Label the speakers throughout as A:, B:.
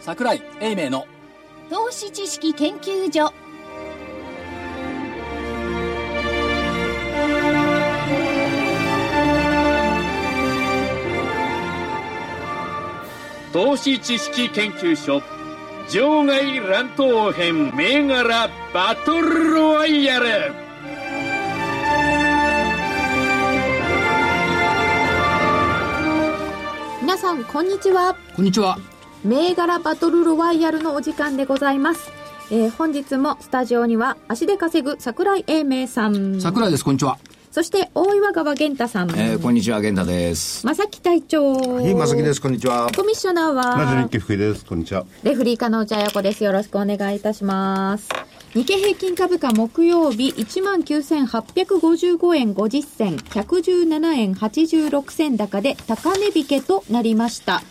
A: 桜井英明の
B: 投資知識研究所
C: 投資知識研究所場外乱闘編銘柄バトルロワイヤル
D: 皆さんこんにちは
E: こんにちは。
D: 銘柄バトルロワイヤルのお時間でございます、えー本日もスタジオには足で稼ぐ桜井英明さん
E: 桜井です、こんにちは。
D: そして大岩川源太さん、
F: えーこんにちは、源太です。
D: 正木隊長
G: はい、まさきです。こんにちは。
D: コミッショナー
G: ラジオ日
D: は
G: 記福井です。こんにちは。
D: レフリー加納茶屋子ですよろしくお願いいたします日経平均株価木曜日19,855円50銭117円86銭高で高値引けとなりました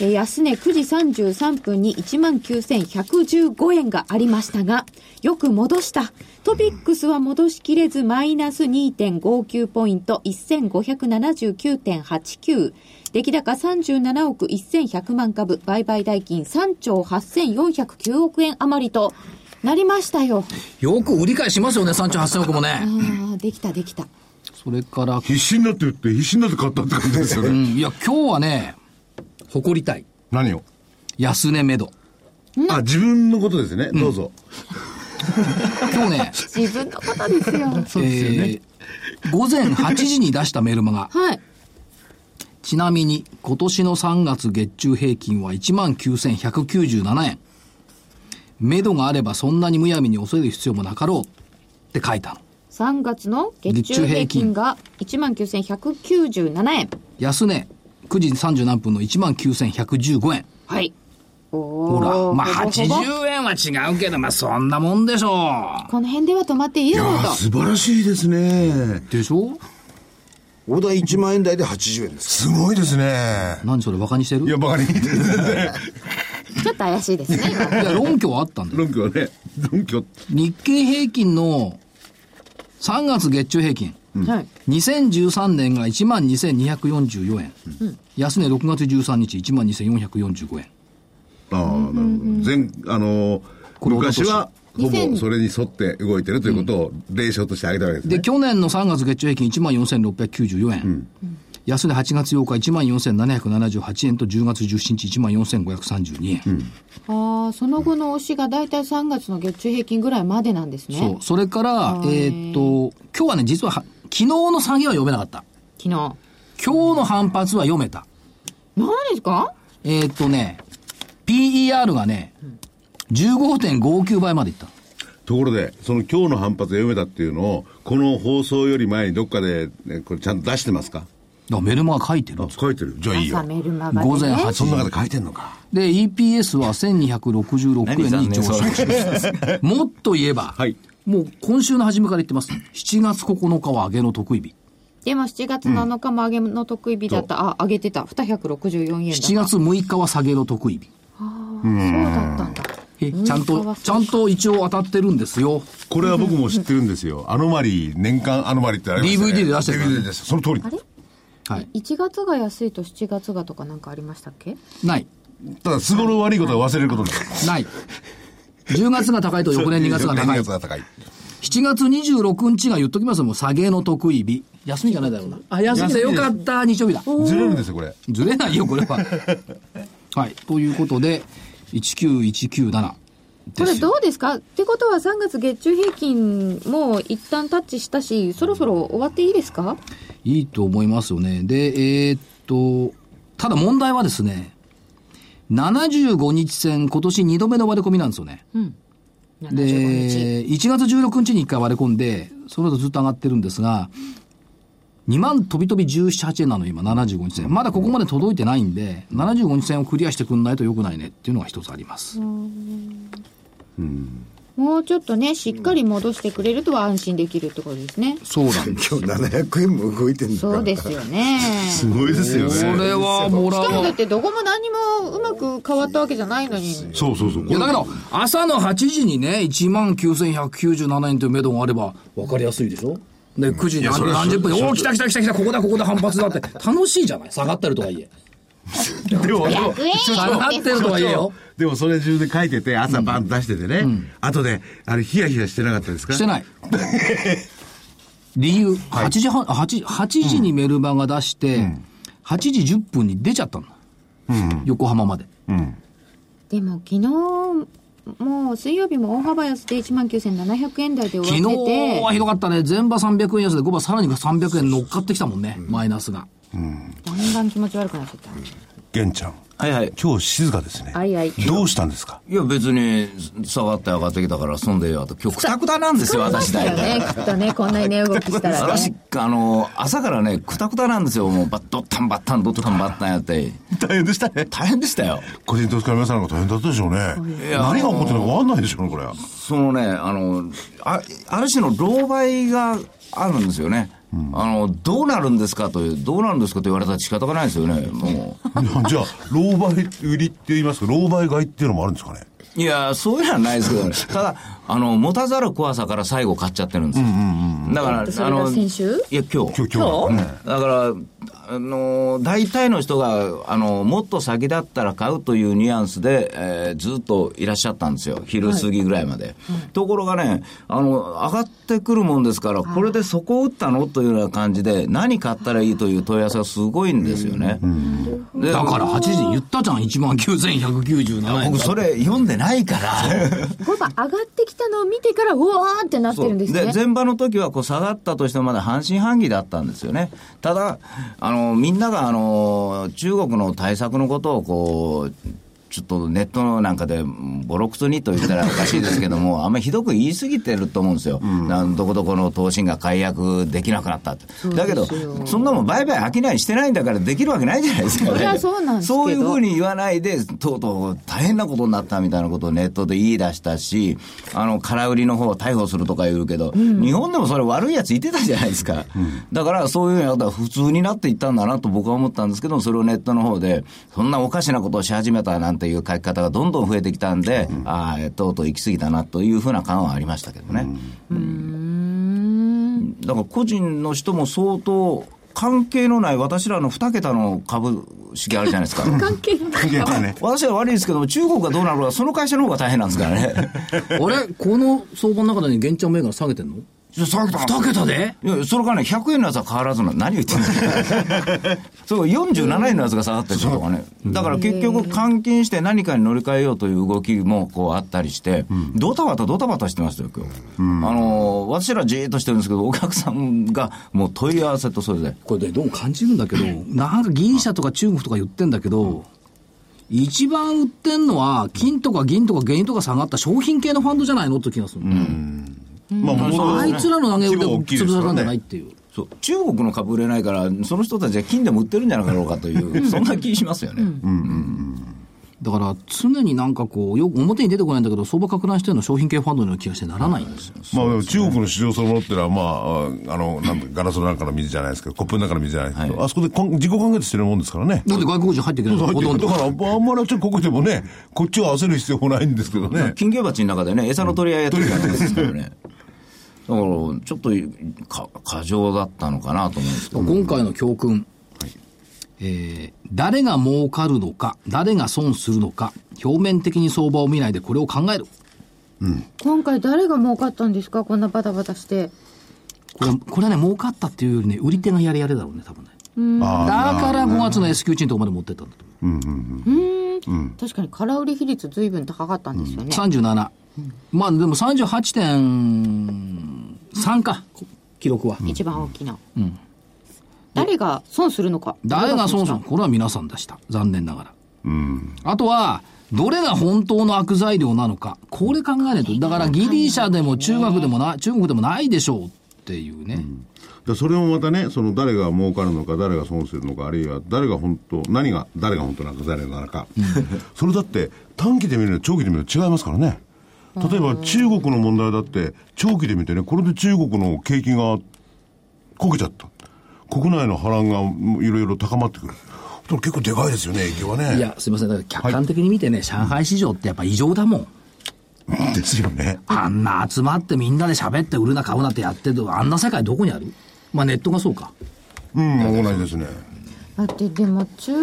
D: えー安値9時33分に19,115円がありましたがよく戻したトピックスは戻しきれずマイナス2.59ポイント1579.89出来高37億1100万株売買代金3兆8409億円余りとなりましたよ
E: よく売り買いしますよね、3兆8000億もね。
D: ああできたできた
E: それから、
H: 必死になって売って、必死になって買ったって感じですよ
E: う
H: ね。
E: ん、いや、今日はね、誇りたい。
H: 何を
E: 安値めど。
H: あ、自分のことですね。どうぞ。
E: 今日 ね、
D: 自分のことですよ
E: えー午前8時に出したメルマガ。
D: はい
E: ちなみに、今年の3月月中平均は19,197円。めどがあればそんなにむやみに恐れる必要もなかろうって書いたの。
D: 3月の月中平均が19,197円
E: 安値、9時30何分の19,115円。
D: はいお
E: ほ
D: お
E: ら、まあ
D: ほぼほぼ
E: 80円は違うけど、まあそんなもんでしょ
D: この辺では止まっていいだろうと
H: 素晴らしいですね。
E: う。でしょ
F: 大台1万円台で80円です。
H: すごいですね。
E: 何それバカにしてる
H: い
E: い
H: や、
E: や、
H: バカに言ってるね。
D: ちょっと怪しいですね今
E: 論拠はあったんだよ。
H: 論拠はね、論拠。
E: 日経平均の3月月中平均。
D: はい、
E: 2013年が12,244円。安値6月13日12,445円。
H: ああ、なるほど。前、あのー、
E: これ
H: 昔は、ほぼ
D: 2000
H: それに沿って動いてるということを例証として挙げたわけです
E: で、
H: ね。
E: 去年の3月月中平均14,694円。安値8月8日14,778円と10月17日14,532円。
D: ああその後の押しが大体3月の月中平均ぐらいまでなんですね
E: そう。それから、えーっと、今日はね、実はは、昨日の下げは読めなかった。
D: 昨日何
E: 今日の反発は読めた。
D: ですか
E: えーっとね、PER がね、15.59倍までいった。
H: ところで、その今日の反発が読めたっていうのを、この放送より前にどっかで、ねこれちゃんと出してますか
E: だからメルマが書いてる
H: あ、。書いてる。じゃあいい
D: 朝
H: よ。
D: メルマガで、ね、
E: 午前8
H: そ
E: 時
H: の。中で書いてんのか。
E: で、EPS は1266
F: 何
E: 円
F: 残
E: に上
F: 念そう
E: 昇。
F: な
E: もっと言えば、
H: はい
E: もう今週の初めから言ってます。7月9日は上げの得意日。
D: でも7月7日も上げの得意日だった、あ上げてた264円だった
E: 7月6日は下げの得意日。
D: そうだったんだ
E: えちゃん
D: 6日
E: と、
D: は
E: ちゃんと一応当たってるんですよ。
H: これは僕も知ってるんですよ。アノマリー、年間アノマリーってありましたね
E: DVD で出してるからね
H: DVD です。その通り。
E: はい。
D: 1月が安いと7月がとかなんかありましたっけ
E: ない。
H: ただ、都合の悪いことは忘れることです。
E: ない。10月が高いと翌年2月が高い
H: 翌年。が高い。
E: 7月26日が言っときますよ。もう下げの得意日。休みじゃないだろうな。あ、休みでよかった。日曜日だ。
H: ずれるんですよ、これ。
E: ずれないよ、これ は。はい。ということで、19197
D: こ
E: で
D: れ
E: すよ。
D: どうですかってことは3月月中平均もう一旦タッチしたしそろそろ終わっていいですか
E: いいと思いますよね。で、えーっと、ただ問題はですね、75日線、今年2度目の割れ込みなんですよね。で、
D: 75日
E: 1月16日に1回割れ込んで、その後ずっと上がってるんですが、2万飛び飛び17、8円なの今、75日線。まだここまで届いてないんで、75日線をクリアしてくんないと良くないねっていうのが一つあります。
D: もうちょっとねしっかり戻してくれるとは安心できるってことですね
E: そうなんです。
F: 今日700円も動いてるんだから。
D: そうですよね
H: すごいですよ
E: こ
H: ね。
E: れはもら
D: しかも
E: う
D: だっ。てどこも何もうまく変わったわけじゃないのに
H: そうそうそう。
E: いやだけど、朝の8時にね、19,197円という目処があれば、分かりやすいでしょで、9時に何何十分に、おお、来た来た来た来た、ここだ、ここだ、反発だって、楽しいじゃない下がったりとはいえ。
H: でも、でも
B: 100円
E: 下がってるとはいえよ。
H: でもそれ中で書いてて、朝バンと出しててね、後で、あれ、ヒヤヒヤしてなかったですか
E: してない。理由、8時半、あ8、8時にメルマガ出して、8時10分に出ちゃったの。横浜まで。
D: でも昨日もう水曜日も大幅安で1万9700円台で
E: 昨
D: 終
E: 日
D: わってて
E: はひどかったね。全場300円安で5場さらに300円乗っかってきたもんね。マイナスが。
D: だんだん気持ち悪くなってきた、
A: 玄ちゃん、
F: はいはい。
A: 今日静かですね。
D: あいあい
A: どうしたんですか
F: いや別に、下がって上がってきたから、そんでよ、あと今日、くたくたなんですよ、私
D: だ
F: だ
D: よ
F: よ。
D: ねきっとねこんなに値動きしたらね
F: 私、あの、朝からね、くたくたなんですよ。もう、ばどったんばったん、どったんばったん やって。大変でしたね。大変でしたよ。
A: 個人投資家の皆さんの方大変だったでしょうね。何が起こってるのか分かんないでしょうね、これ。
F: そのね、あの、あある種の狼狽があるんですよね。あの、どうなるんですかという、どうなるんですかと言われたら仕方がないですよね、もう。
A: い やじゃあ、老媒売りって言いますけど、老媒買いっていうのもあるんですかね。
F: いや、そういうのはないですけどね。 ただ、あの、持たざる怖さから最後買っちゃってるんですよ。だ
D: そ
F: から、あ
D: れが
F: の、
D: 先週
F: いや、今日。
A: 今日、今日。
F: だから、あの大体の人があのもっと先だったら買うというニュアンスで、えーずっといらっしゃったんですよ、昼過ぎぐらいまで。ところがねあの、上がってくるもんですから、これでそこを打ったのというような感じで、何買ったらいいという問い合わせがすごいんですよね。で
E: だから8時に言ったじゃん。19,197円。
F: 僕、それ読んでないから。
D: 5番上がってきたのを見てからうわーってなって
F: そう
D: るんですね
F: 前場の時はこう下がったとしてもまだ半信半疑だったんですよね。ただ、あの、みんながあの、中国の対策のことをこう、ちょっとネットなんかでボロクソにと言ったらおかしいですけ ども、あんまりひどく言い過ぎてると思うんですよ、なんどこどこの投信が解約できなくなったって、だけど、そんなもん、売買商いしてないんだから、できるわけない じゃないですか、ね、
D: そりゃそうなんですけど
F: そういうふうに言わないで、とうとう大変なことになったみたいなことをネットで言い出したし、あの空売りの方を逮捕するとか言うけど、日本でもそれ、悪いやついてたじゃないですか、だからそういうようなことは普通になっていったんだなと僕は思ったんですけど、それをネットの方で、そんなおかしなことをし始めたなんていう書き方がどんどん増えてきたんで、ああ、とうとう行き過ぎたなというふうな感はありましたけどね。だから個人の人も相当、関係のない私らの2桁の株式あるじゃないですか。
D: 関係ない
A: 関係ないね。
F: 私は悪いですけども、中国がどうなるか、その会社の方が大変なんですから ね。
E: あれこの相場の中で玄ちゃん銘柄下げてんの
F: 2桁でいや、それからね、100円のやつは変わらずな、何を言ってん のそう、47円のやつが下がってるとかね。だから結局、換金して何かに乗り換えようという動きもこうあったりして、ドタバタドタバタしてましたよ、今日。あのー、私らじーっとしてるんですけど、お客さんがもう問い合わせとそれで。
E: これね、どうも感じるんだけど、なんかギリシャとか中国とか言ってんだけど、一番売ってんのは、金とか銀とか原油とか下がった商品系のファンドじゃないのって気がする。
A: まあ、も
E: あいつらの投げ売りで
A: 規模大きいで
E: 潰
A: す
E: さ
A: か
E: れた
A: ら
E: んじゃないっ
A: ね。
E: ていう。
F: そう中国の株売れないから、その人たちは金でも売ってるんじゃなかろうかと いう、そんな気しますよね。
E: だから常になんかこう、よく表に出てこないんだけど、相場拡乱してるの商品系ファンドのような気がしてならないんですよ。
A: まあ、でも中国の市場そのものってのは、まあ、あの、なんだガラスの中の水じゃないですけど、コップの中の水じゃないですけど、あそこでこん自己完結してるもんですからね。
E: だって外国人入ってきてるのほとん
A: だ
E: ど。
A: から、あんまりちょっとここでもね、こっちを合わせる必要もないんですけどね。
F: 金魚鉢の中でね、餌の取り合いやってるからですからね。だから、ちょっとか過剰だったのかなと思うんですけど、
E: 今回の教訓、えー誰が儲かるのか、誰が損するのか、表面的に相場を見ないでこれを考える。
D: 今回誰が儲かったんですかこんなバタバタして
E: これこれはね、儲かったっていうよりね、売り手がやれやれだろうね、多分ね。だから5月の S q 値のとこまで持ってったんだと
D: 確かに空売り比率随分高かったんですよね、
E: 思う。37。まあでも38.3か、こ記録は。
D: 一番大きな、誰が損するのか
E: 誰が損
D: す
E: す
D: る
E: るこれは皆さんでした。残念ながら。あとは、どれが本当の悪材料なのか。これ考えないと。だからギリシャでも中学でもな、中国でもないでしょうっていうね。
H: でそれもまたね、その誰が儲かるのか、誰が損するのか、あるいは誰が本当、何が、誰が本当なのか、誰なのか、
A: それだって短期で見るの長期で見るの違いますからね例えば中国の問題だって長期で見てねこれで中国の景気がこけちゃった国内の波乱がいろいろ高まってくるだから結構でかいですよね影響はね
E: いや、すいません。だから客観的に見てね、上海市場ってやっぱ異常だもん。
A: ですよね
E: あんな集まってみんなで喋って売るな買うなってやってるとあんな世界どこにあるまあネットがそうか。
A: うんまあ同じですね
D: だってでも中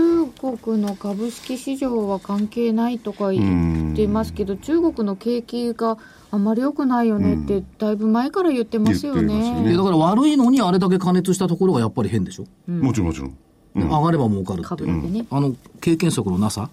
D: 国の株式市場は関係ないとか言ってますけど中国の景気があまり良くないよねってだいぶ前から言ってますよ
A: 言ってますよ
D: ね。
E: でだから悪いのにあれだけ加熱したところがやっぱり変でしょ、
A: もちろんもちろん。
E: 上がれば儲かるって
D: 株
E: い
D: っ
E: う、
D: てね、
E: あの経験則のなさ、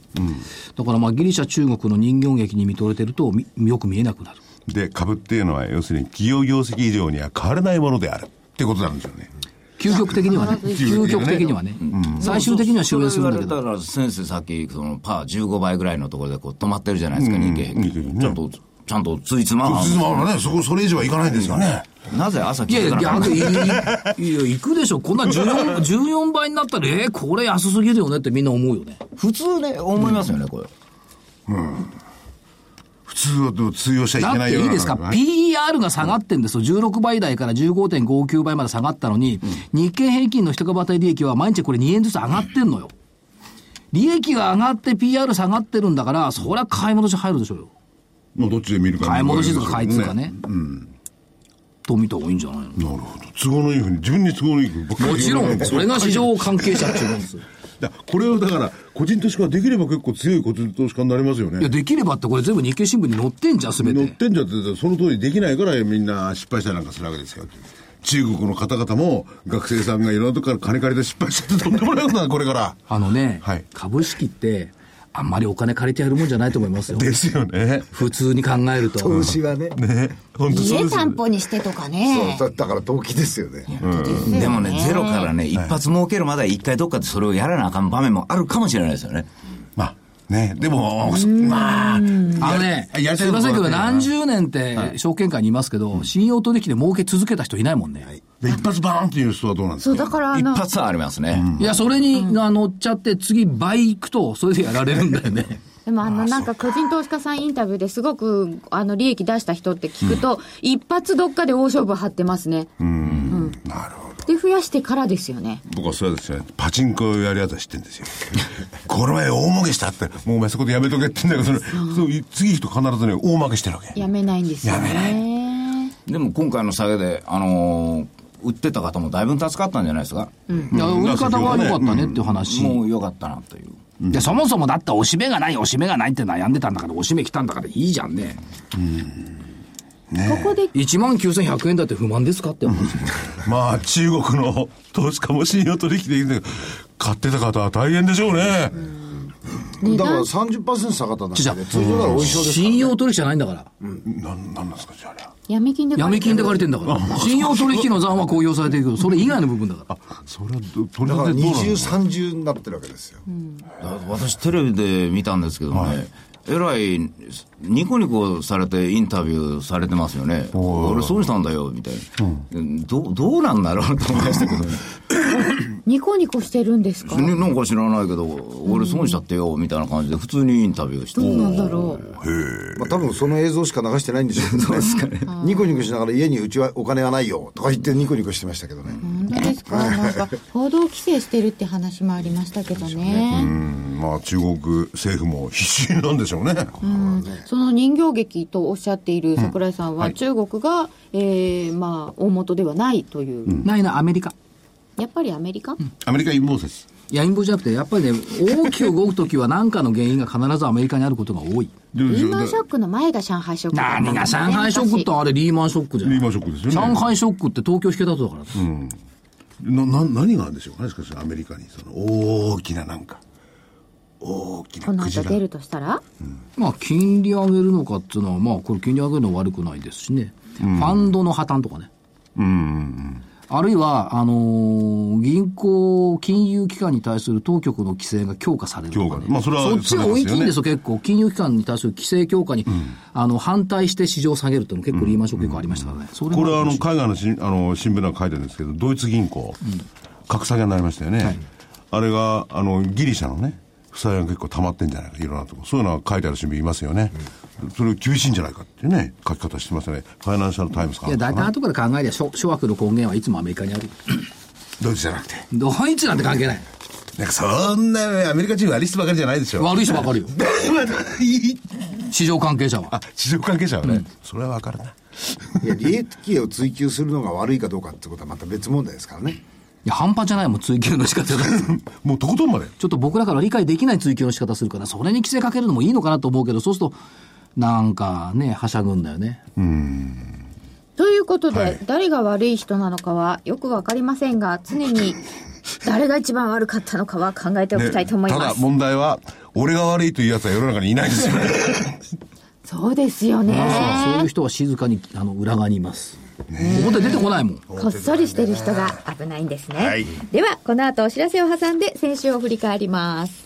E: だからまあギリシャ中国の人形劇に見とれてるとみよく見えなくなる
A: で、株っていうのは、要するに企業業績以上には変わらないものである。ってことなんですよね。
E: 究極的にはね究極的にはね、最終的には終焉するんだけ
F: それ
E: ど
F: 言われたら先生さっきそのパー15倍ぐらいのところでこう止まってるじゃないですか、日経平
A: 日経平
F: 均
A: 均ね
F: ちゃんとちゃんとついつま
A: つまらね、そこ、それ以上はいかないんですよね。
F: なぜ朝
E: いやい
F: 聞
E: や、
F: か
E: い
F: な
E: や、
F: か
E: あ
F: った
E: と
F: の
E: いいいや、行くでしょ。こんな14、14倍になったら、えーこれ安すぎるよねってみんな思うよね。
F: 普通ね思いますよねこれ、
A: 普通はでも通用しちゃい
E: だ
A: け
E: っ
A: ない
E: て
A: よう
E: いい
A: な
E: ですか、PER が下がってんですよ。16倍台から15.59倍まで下がったのに、日経平均の一株当たり利益は毎日これ2円ずつ上がってんのよ。利益が上がって PR 下がってるんだから、そりゃ買い戻し入るでしょうよ。
A: まあどっちで見るか
E: 買い戻しとか買い
A: つ
E: とかね。と見た方がいいんじゃないの
A: なるほど。都合のいいふうに、自分に都合のいいふうにばっかり
E: もちろ ん、それが市場関係者っていうんですよ。
A: だこれをだから、個人投資家ができれば結構強い個人投資家になりますよ
E: いや、
A: ね。
E: できればってこれ全部日経新聞に載ってんじゃん、すべ。
A: 乗っててんじゃって、その通りできないからみんな失敗したりなんかするわけですよ。中国の方々も学生さんがいろんなとこから金借りて失敗しててとんでもないことだ、こ れから。
E: あのね、
A: はい
E: 株式って、あんまりお金借りてやるもんじゃないと思いますよ。
A: ですよね。
E: 普通に考えると。
G: 投資はね。
A: ね。本当そう
B: 家
A: ですよ
B: 担保にしてとか
G: そう
B: ね。
G: だだから投機ですよね。
F: でもねゼロからね一発儲けるまでは一回どっかでそれをやらなあかん場面もあるかもしれないですよね
A: まあ、ね。でも、まあ、
E: あのね、
A: や
E: す
A: りたい
E: い
A: こ
E: ま
A: とは
E: せんけど、
A: ね
E: 何十年って証券会にいますけど、信用取引で儲け続けた人いないもんね。い、
A: で一発バーンっていう人はどうなんです
D: そう
A: か
D: だからあ
F: 一
D: の
F: 発はありますね、
E: や、それに、あの乗っちゃって、次倍行くと、それでやられるんだよね。
D: でもあのなんか個人投資家さんインタビューですごくあの利益出した人って聞くと、一発どっかで大勝負張ってますね。
A: なるほど。
D: で増やしてからですよね。
A: 僕はそうですね。パチンコやるやつは知ってんですよ。 この前大儲けしたって、もうお前そこでやめとけって言うんだけど、そのそうい次人必ずね、大負けしてるわけ。
D: やめないんですよ
A: や
D: ね。
F: でも今回の下げであのー売ってた方もだいぶん助かったんじゃないですか、
E: いや売り方が良かったねっていう話。
F: もうよかったなという
E: いや、そもそもだって、おしめがない、おしめがないって悩んでたんだから、おしめ来たんだからいいじゃんね。
D: ここで
E: 1万9100円だって不満ですかって話。
A: まあ、中国の投資家も信用取引できるんだけど、買ってた方は大変でしょうね。
G: だから30%下がったんだからね。通常ならお衣装ですか ら
E: 信用取引じゃないんだから。
A: なん、なんなんですか、じゃああれは。
D: 闇金で
E: 闇金で借りてんだから。信用取引の残は公表されてるけど、それ以外の部分だから。
A: それはど、取
G: だ
A: り
G: から
A: 立てどうな
G: 二
A: の
G: 重三重になってるわけですよ。
F: だ私テレビで見たんですけどね、えらいニコニコされてインタビューされてますよね俺そうしたんだよみたいな、どうどうなんだろうと思いましたけど
D: ニコニコしてるんですか
F: ねなんか知らないけど俺損したってよみたいな感じで普通にインタビューして
D: どうなんだろう。
G: まあ多分その映像しか流してないんでしょうけどね。ニコニコしながら家にうちはお金がないよとか言ってニコニコしてましたけどね。
D: 本当ですかなんか報道規制してるって話もありましたけどね。
A: うんまあ、中国政府も必死なんでしょうね。
D: その人形劇とおっしゃっている桜井さんは、
A: はい
D: 中国が、えーまあ、大元ではないという、
E: ないな、アメリカ。
D: やっぱりアメリカ、
A: アメリカ陰謀説。
E: いや、陰謀じゃなくて、やっぱりね、大きく動くときは何かの原因が必ずアメリカにあることが多い。
A: で
D: リーマンショックの前が上海ショックだったん
E: 何
D: だ
E: が上海ショックってあれリーマンショックじゃん。
A: リーマンショックですよね
E: 上海ショックって東京引けたとだから。
A: な、な、何があるんでしょうかね、しかしアメリカに、その、大きななんか、大き
D: こ
A: な
D: の
A: クジ
D: 後
A: ラ
D: 出。るとしたら、
E: まあ、金利上げるのかっていうのは、まあ、これ金利上げるのは悪くないですしね。ファンドの破綻とかね。あるいは、あのー銀行、金融機関に対する当局の規制が強化されるとか、ね
A: 強化まあそれは
E: そっちが
A: それ
E: 大
A: ですよね
E: きいんですよ、結構。金融機関に対する規制強化に、あの反対して市場を下げるっていうの結構リーマンショック以降ありましたからね。それも
A: これはあ
E: る
A: の
E: し
A: 海外のしあの新聞なんか書いてあるんですけど、ドイツ銀行、格下げになりましたよね、あれがあのギリシャのね、負債が結構溜まってんじゃないか、いろんなとこ、そういうのは書いてある新聞いますよね、それ厳しいんじゃないかっていうね、書き方してますよね、ファイナンシャル・タイムズか
E: い
A: な
E: や、大体
A: んかかな
E: 後から考えりゃ、諸諸悪の根源はいつもアメリカにある。
A: ドイツじゃなくて、
E: ドイツなんて関係ない。
A: なんかそんなアメリカ人悪い人ばかりじゃないでしょ、
E: 悪い人ばかりよ。 市場関係者は。
A: あ市場関係者はね、それは分かるな、
G: いや利益を追求するのが悪いかどうかってことはまた別問題ですからね。
E: や、半端じゃないもん、追及の仕方が。
A: もうとことんまで。
E: ちょっと僕らから理解できない追及の仕方するから、それに規制かけるのもいいのかなと思うけど、そうすると、なんかね、はしゃぐんだよね。
D: ということで、
A: はい
D: 誰が悪い人なのかはよくわかりませんが、常に誰が一番悪かったのかは考えておきたいと思い
A: た
D: ま
A: だ
D: す。
A: 問題は、俺が悪いという奴は世の中にいないですよね。
D: そうですよね。
E: そういう人は静かにあの裏側にいます。表出てこないもん。
D: こっそりしてる人が危ないんですね。では、この後お知らせを挟んで先週を振り返ります。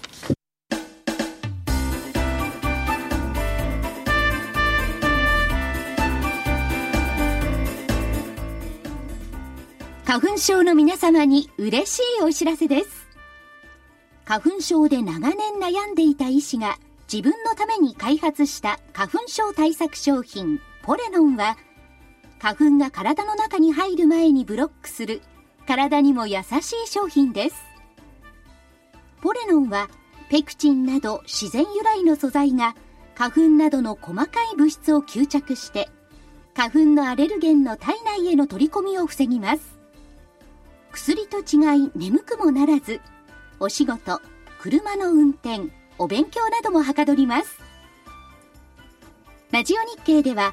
B: 花粉症の皆様に嬉しいお知らせです。花粉症で長年悩んでいた医師が自分のために開発した花粉症対策商品ポレノンは花粉が体の中に入る前にブロックする体にも優しい商品です。ポレノンはペクチンなど自然由来の素材が花粉などの細かい物質を吸着して花粉のアレルゲンの体内への取り込みを防ぎます。薬と違い眠くもならずお仕事車の運転お勉強などもはかどりますラジオ日経では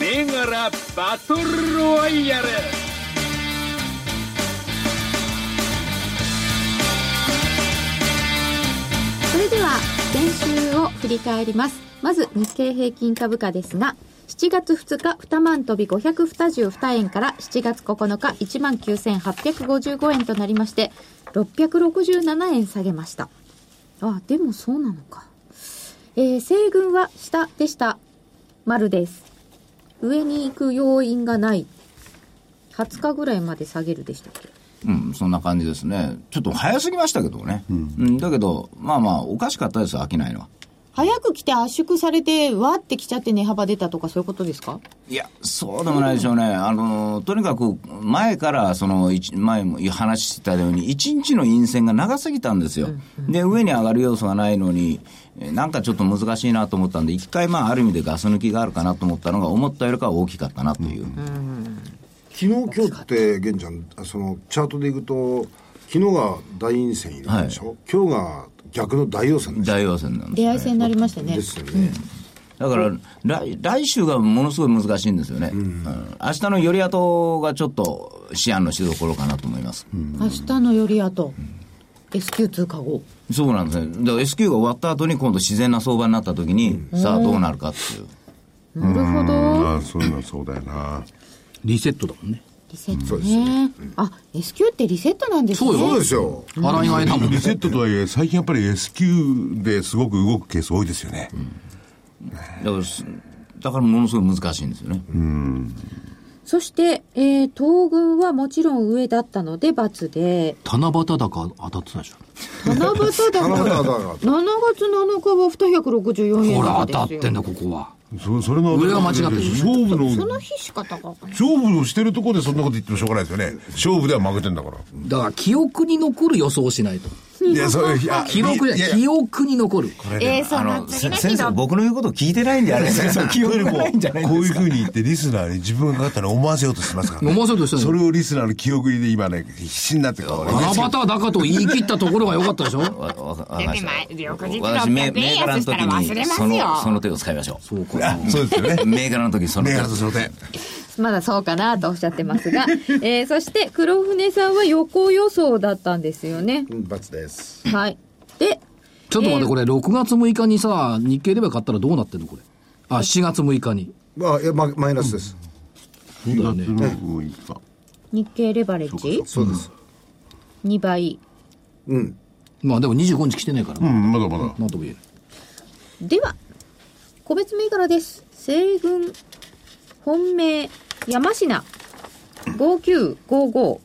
C: 銘柄バトルロワイヤル
D: それでは先週を振り返りますまず日経平均株価ですが7月2日2万飛び522円から7月9日1万9855円となりまして667円下げましたあでもそうなのかえー、西軍は下でした丸です上に行く要因がない20日ぐらいまで下げるでしたっけ
F: うん、そんな感じですね。ちょっと早すぎましたけどね。うん、だけど、まあまあ、おかしかったです、商いのは。
I: 早く来て圧縮されて、わーって来ちゃって値幅出たとかそういうことですか
F: いや、そうでもないでしょうね。あの、とにかく、前から、その、一前も話してたように、一日の陰線が長すぎたんですよ。で、上に上がる要素がないのに、えなんかちょっと難しいなと思ったんで、一回、まあ、ある意味でガス抜きがあるかなと思ったのが、思ったよりかは大きかったなという。
G: 昨日今日って玄ちゃんあそのチャートでいくと昨日が大陰線になるでしょ、今日が逆の大陽線でしょ
F: 大陽線なんです
I: 出会い制になりましたね
G: で。すよね、
F: だから来、来週がものすごい難しいんですよね。うん明日のより後がちょっと、思案のしどころかなと思います。
I: 明日のよりやと、S q 通過後。
F: そうなんですね。だから S q が終わった後に今度自然な相場になった時に、さあどうなるかってい
D: な
F: う。
D: るほど
A: ああ、そういうのはそうだよな。
E: リセットだもんね。
I: リセットね。あ、S q ってリセットなんですね。
G: そうですよ
E: 洗い替えだもん
A: リ
E: ね。
A: セットとはいえ、最近やっぱり S q ですごく動くケース多いですよね。
F: だからす、だからものすごい難しいんですよね。
D: そして、えー東軍はもちろん上だったので×で、
E: 七夕高当たってたでしょ。
I: 七夕だか
G: 七夕だ
I: ら。
G: か
I: 7月7日は264円
E: ほ
I: 高
E: ら
I: ですよ
E: 当たってんだ、ここは。
A: そそれの、
E: 俺が間違ってる
A: 勝負
I: その
A: の、
I: 日しか高くない。
A: 勝負をしてるところでそんなこと言ってもしょうがないですよね。勝負では負けてんだから。
E: だから、記憶に残る予想をしないと。
A: い や、そう、いや、
E: 記憶
A: い
E: じゃ
A: や
E: ない、
A: い
E: 記憶に残る。
F: ええ、そうなんです先生、僕の言うこと聞いてないんじゃないですか。記憶
A: や
F: が
A: こ
F: ないんじゃな
A: う
F: い
A: こう
F: で
A: いう
F: す
A: ふ
F: か
A: う。に言ってリスナーに自分が勝ったのを思わせようとしてますから、
E: 思わせようとしてない
A: それをリスナーの記憶にで今ね必死になってるから俺
E: 七夕高と言い切ったところが良かった でしょ
F: わわわかりまし
J: で
F: た
J: も翌日
F: 私、銘
J: 600円
F: 柄の
J: 安
F: 時
J: したら忘れ
F: に、
J: ますよ
F: その、その手を使いましょう。そうか。
A: そうですよね
F: 銘柄の時にその
A: 銘
F: 手
A: 柄
F: を
A: と。その点
D: まだそうかなとおっしゃってますが、 えーそして黒船さんは予行予想だったんですよね。
G: うん罰です
D: はい。で、
E: ちょっと待っ
D: え
E: て、
D: ー
E: これ、6月6日にさ、日経レバー買ったらどうなってんのこれ。あ、7月6日に。
G: まあいやママイナスです、
E: そうだよね。
D: 日経レバレッジ
G: そうです
D: 2倍。
G: うん
E: まあでも25日来てないから、
A: うん、まだまだ。
E: なんとも言えない。
D: では個別銘柄です西軍本命山科5955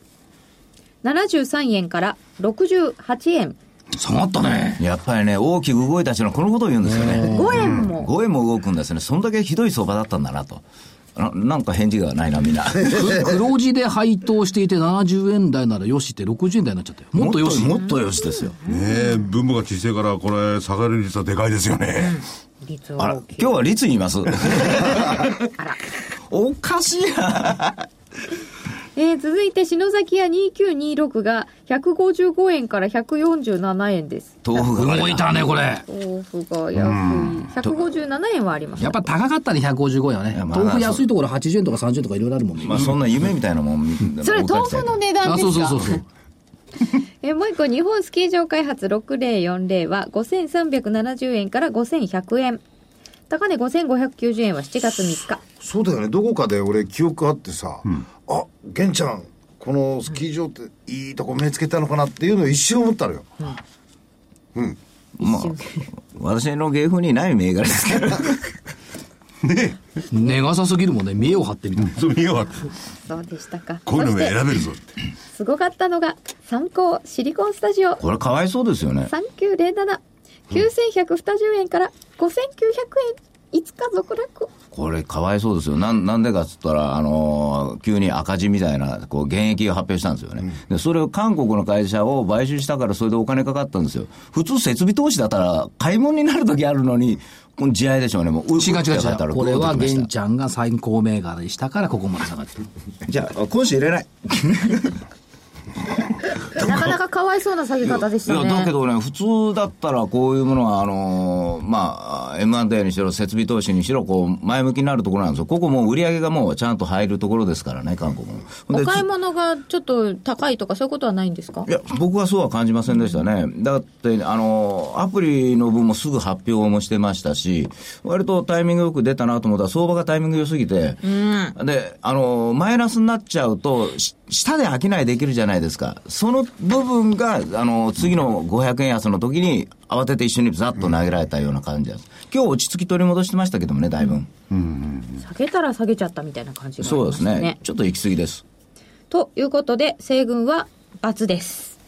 D: 73円から68円
E: 下がったね。
F: やっぱりね、大きく動いた人はこのことを言うんですよね。
D: 5円も
F: 5円も動くんですね。そんだけひどい相場だったんだなと。ななんか返事がないな、 みんな。
E: 黒字で配当していて70円台ならよしって60円台になっちゃったよ。もっとよし。
F: もっとよしですよ。
A: ねえ、分母が小さいから、これ、下がる率はでかいですよね。
D: 率
F: あら、
D: は
F: 今日は律言いますおかしいな。
D: えー続いて篠崎屋2926が155円から147円です
F: 豆腐が割れ
E: 動いたね、これ。
D: 豆腐が安い157円はありました
E: やっぱ高かったね、155円はね
F: や。まあ
E: 豆腐安いところ80円とか30円とかいろいろあるもんね。
F: まあそんな夢みたいなもん。
I: それ
F: 僕は
I: 豆
F: 期待
I: 腐の値段
E: あ、
I: です
E: そ
I: か
E: うそうそうそう。
D: えーもう一個日本スキー場開発6040は5370円から5100円高値5590円は7月3日
G: そうだよねどこかで俺記憶あってさ、あ玄ちゃんこのスキー場っていいとこ目つけたのかなっていうのを一瞬思ったのよ、
F: まあ、私の芸風にない銘柄ですけど。
A: ね
E: 値がさすぎるもんね、見栄を張ってみたいな。
A: え、そう見よう。
D: そうでしたか
A: こういうのも
D: そして
A: 選べるぞって。
D: すごかったのが参考シリコンスタジオ
F: これかわいそうですよね。
D: 3907 9120円から5900円5日続落
F: これかわいそうですよ。なん、なんでかっつったら、あのー急に赤字みたいな、こう、減益を発表したんですよね。で、それを韓国の会社を買収したから、それでお金かかったんですよ。普通設備投資だったら、買い物になる時あるのに、この地合いでしょうね。もう、う
E: 違う違う
F: うって
E: 違
F: やった
E: う。
F: ら
E: これは
F: グーッときました
E: 玄ちゃんが最高銘柄にしたからここまで下がってる。
F: じゃあ、今週入れない。
D: なかなかかわいそうな下げ方でし
F: い
D: た
F: や、だけ
D: ね
F: どね、普通だったらこういうものは、あのーまあ、M&A にしろ、設備投資にしろ、こう、前向きになるところなんですよ。ここもう売り上げがもうちゃんと入るところですからね、韓国も。で
D: お買い物がちょっと高いとかそういうことはないんですか
F: いや、僕はそうは感じませんでしたね。だって、あの、アプリの分もすぐ発表もしてましたし、割とタイミングよく出たなと思ったら、相場がタイミング良すぎて、で、あの、マイナスになっちゃうと、し下で商いできるじゃないですか。その部分が、あの、次の500円安の時に、慌てて一緒にザッと投げられたような感じなんです。今日落ち着き取り戻してましたけどもね、だいぶ。
D: 下げたら下げちゃったみたいな感じがあり
F: そう
D: ま
F: です
D: すね
F: ね。ちょっと行き過ぎです。
D: ということで西軍は×です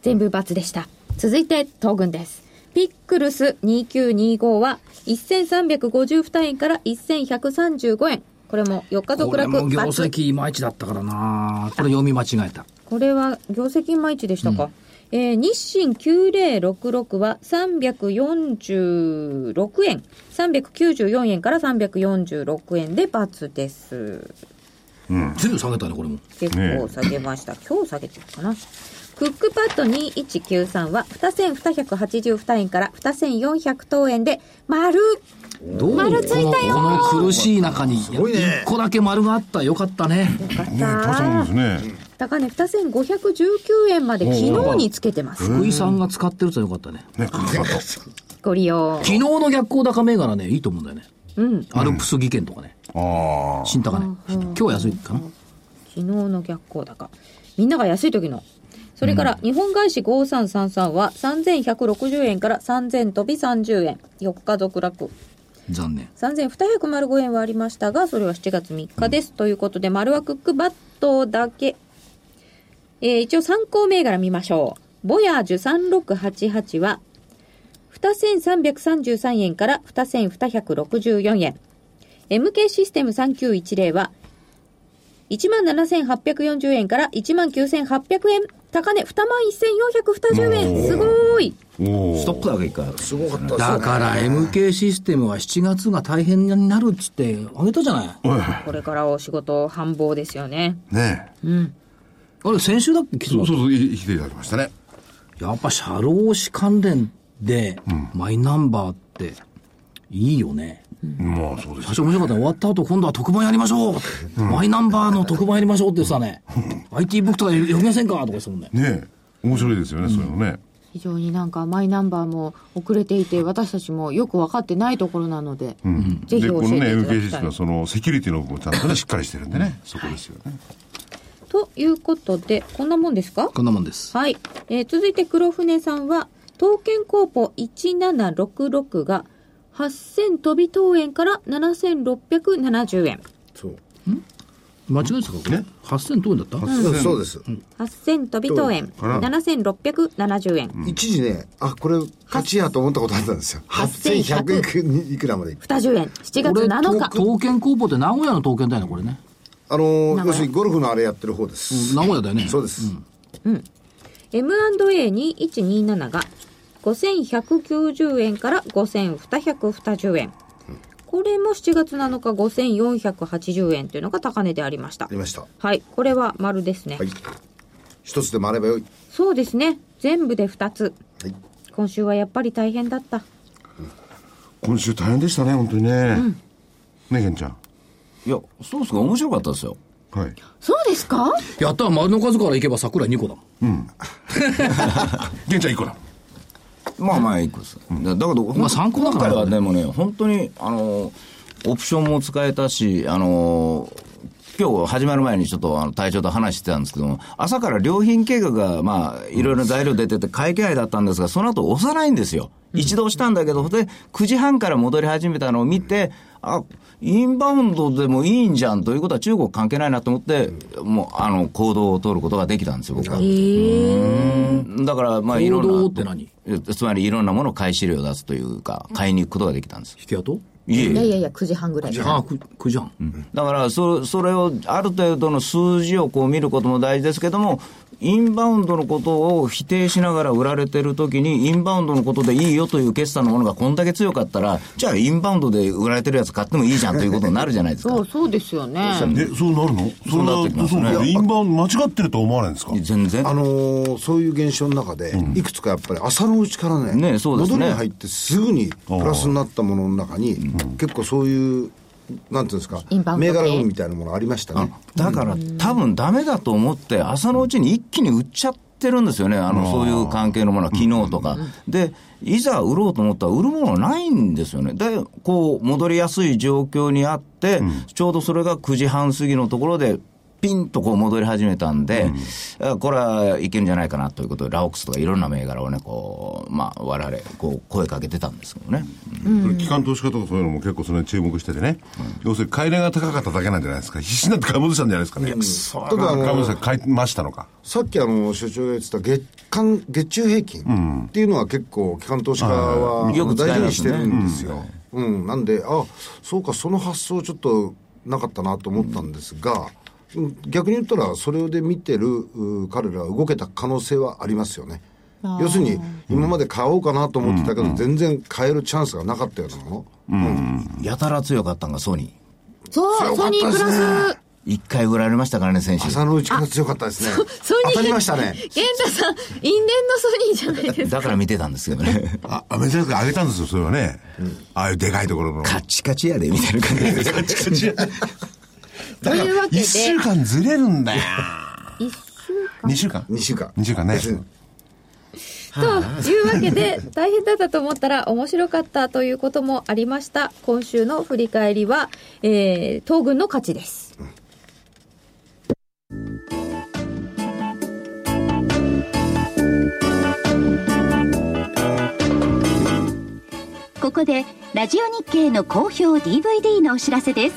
D: 全部×でした続いて東軍ですピックルス2925は1352円から1135円これも4日
E: こ
D: 続
E: れ
D: 落
E: も業
D: ×
E: 績いまいちだったからなこれ読み間違えた。
D: これは業績いまいちでしたか、えー日清9066は346円394円から346円で×です
E: 全部下げたね、これも。
D: 結構下げました、今日下げてるかなクックパッド2193は2282円から2400等円で丸
E: どう
D: 丸ついたよー
E: このこの苦しい中に、一
G: いね
E: 個だけ丸があった。よかったね。
D: かっ
A: ねえ、大した
D: た
A: もんですね。
D: 高値2519円まで昨日につけてます
E: 福井さんが使ってるとよかったね。
A: ね、クックパッド
D: ご利用
E: 昨日の逆光高銘柄ね、いいと思うんだよね。
D: うん
E: アルプス技研とかね。
A: ああ。
E: 新高ね。今日は安いかな。
D: 昨日の逆光高みんなが安い時のそれから日本外資5333は3160円から3000飛び30円4日続落
E: 残念。
D: 3205円はありましたがそれは7月3日です、ということで丸はクックバットだけ、えー一応参考銘柄見ましょうボヤージュ3688は2333円から2264円 MK システム3910は17,840円から19,800円高値21,420円すごーい
A: お
F: ス
A: お。
F: トップだけ一回ある。すごかった。
E: だから MK システムは7月が大変になるっつってあげたじゃない。
D: これからお仕事繁忙ですよね
A: ねえ。
E: あれ先週だっけ昨日
A: そうそうそう、い来ていただきましたね。
E: やっぱ社労士関連で、マイナンバーっていいよね。
A: まあ、そうです
E: 最。初面白かったの終わった後今度は特番やりましょう、マイナンバーの特番やりましょうって言ってた ね。IT ブックとか読みませんかとか言ってたもんね。
A: ねえ。面白いですよね、そういうのね。
I: 非常になんかマイナンバーも遅れていて私たちもよく分かってないところなので、ぜひ
A: で、
I: 教
A: こ
I: えて
A: の
I: いた
A: ね、
I: だ
A: MK
I: き
A: シス
I: た
A: テ
I: い
A: ムはそのセキュリティの部分もちゃんとね、しっかりしてるんでね。そこですよね。
D: ということで、こんなもんですか
E: こんなもんです。
D: はい。えー続いて黒船さんは、刀剣工法1766が8000飛び当円から7670円。
G: そう
E: 間違えてたかこれ。8000等円だった
G: そうです、
D: 8000飛び当円7670円。
G: 一時ねあこれ勝ちやと思ったことあったんですよ
D: 8100
G: 8100いくらまでいく
D: 2十円。7月
E: これ
D: 7
E: 刀
D: 日。
E: 刀剣工房って名古屋の刀剣だよね、これね。
G: あの
D: 名古屋
G: ー要するにゴルフのあれやってる方です、
E: 名古屋だよね。
G: そうです、
D: M&A2127 が5190円から5220円。これも7月7日5480円というのが高値でありました
G: あり。ましたは
D: はい。これは丸ですね。
G: い一つでもあればよい
D: そうですね。全部で2つ。
G: はい
D: 今週はやっぱり大変だった。
A: 今週大変でしたね、本当にね。ね、玄ちゃん。
F: いや、そうですか、面白かったですよ。
A: はい。
I: そうですか
E: やったら丸の数からいけば桜井2個だもん。
A: 玄ちゃんいくら
F: まあまあ、いくつ。だだけど、
E: まあ参考だから
F: 今回はでもね、本当に、あの、オプションも使えたし、あの、今日始まる前にちょっとあの隊長と話してたんですけども、朝から良品計画が、まあ、いろいろ材料出てて、会計愛だったんですが、その後押さないんですよ。一度押したんだけど、で、9時半から戻り始めたのを見て、あ、インバウンドでもいいんじゃんということは中国関係ないなと思って、もう、あの、行動を取ることができたんですよ、僕は。だから、まあ、いろんな。
E: 行動って何
F: いやつまりいろんなものを買い資料を出すというか、買いに行くことができたんです。
E: 引き跡
F: いえ
I: いやい
F: いえ。
I: やいや、9時半ぐらい。
E: ああ、く、くじゃん。
F: だからそ、それをある程度の数字をこう見ることも大事ですけども、インバウンドのことを否定しながら売られてるときに、インバウンドのことでいいよという決算のものがこんだけ強かったら、じゃあインバウンドで売られてるやつ買ってもいいじゃんということになるじゃないですか
I: そ。う、そうですよね。
A: え、そうなるのそん
F: そうなってき
A: な、
F: ます
A: そう
F: ね
A: なんだインバウンド間違ってると思わないんですか
F: 全然。
G: あのーそういう現象の中で、いくつかやっぱり朝のうちからね
F: ねそうですね
G: 戻りに入ってすぐにプラスになったものの中に、結構そういうなんていうんですか
I: インバウンド
G: 銘
I: 系
G: 柄群みたいなものありましたね
F: だから、多分ダメだと思って、朝のうちに一気に売っちゃってるんですよね、あのそういう関係のものは、昨日とか。で、いざ売ろうと思ったら、売るものないんですよね。で、こう、戻りやすい状況にあって、ちょうどそれが9時半過ぎのところで、ピンとこう戻り始めたんで、あこれはいけるんじゃないかなということで、ラオックスとかいろんな銘柄をね、こう、まあ、我々、こう、声かけてたんですけどね。
A: それ機関投資家とかそういうのも結構それに注目しててね。要するに、買い値が高かっただけなんじゃないですか。必死になって買い戻したんじゃないですかね。
G: た
A: た
G: だ
A: だ、
G: あの
A: 買い戻した
G: ー
A: 買いましたのか。
G: さっきあの所長が言ってた月間月中平均っていうのは結構機関投資家は
F: はいよく使い
G: 大
F: ま
G: 事
F: す
G: に
F: ね
G: してるんですよ、うん、なんであそうかその発想ちょっとなかったなと思ったんですが、うん逆に言ったらそれで見てるう彼らは動けた可能性はありますよね要するに今まで買おうかなと思ってたけど全然買えるチャンスがなかったようなもの、うん
F: やたら強かったのがソニー。
I: そう、ソニープラス。
F: 一回売られましたからね、先週。
G: 朝のうちから強かったですね
I: ソニー。
G: 当たりましたね
I: 玄太さん、因縁のソニーじゃないですか。
F: だから見てたんですけどね。
A: あ、アメリカが上げたんですよ、それはね。ああいうでかいところの。
F: カッチカチやで、みたいな感じで。
A: カチ カチや。 だから
I: というわけで
A: 1週間ずれるんだよ。
I: 一週
A: 2週間
G: 2週間
A: 2週間ね
G: 別に
D: というわけで、大変だったと思ったら面白かったということもありました。今週の振り返りは、えー、東軍の勝ちです。
B: ここでラジオ日経の好評 DVD のお知らせです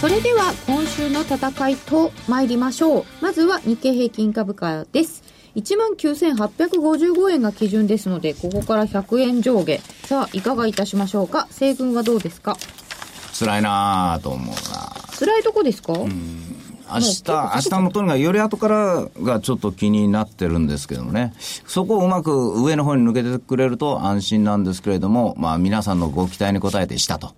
D: それでは今週の戦いと参りましょう。まずは日経平均株価です。 19,855円が基準ですので、ここから100円上下。さあ、いかがいたしましょうか西軍はどうですか
F: 辛いなぁと思うな
D: 辛いとこですか、
F: 明日、明日もとにかくより後からがちょっと気になってるんですけどもね、そこをうまく上の方に抜けてくれると安心なんですけれども、まあ皆さんのご期待に応えてしたと。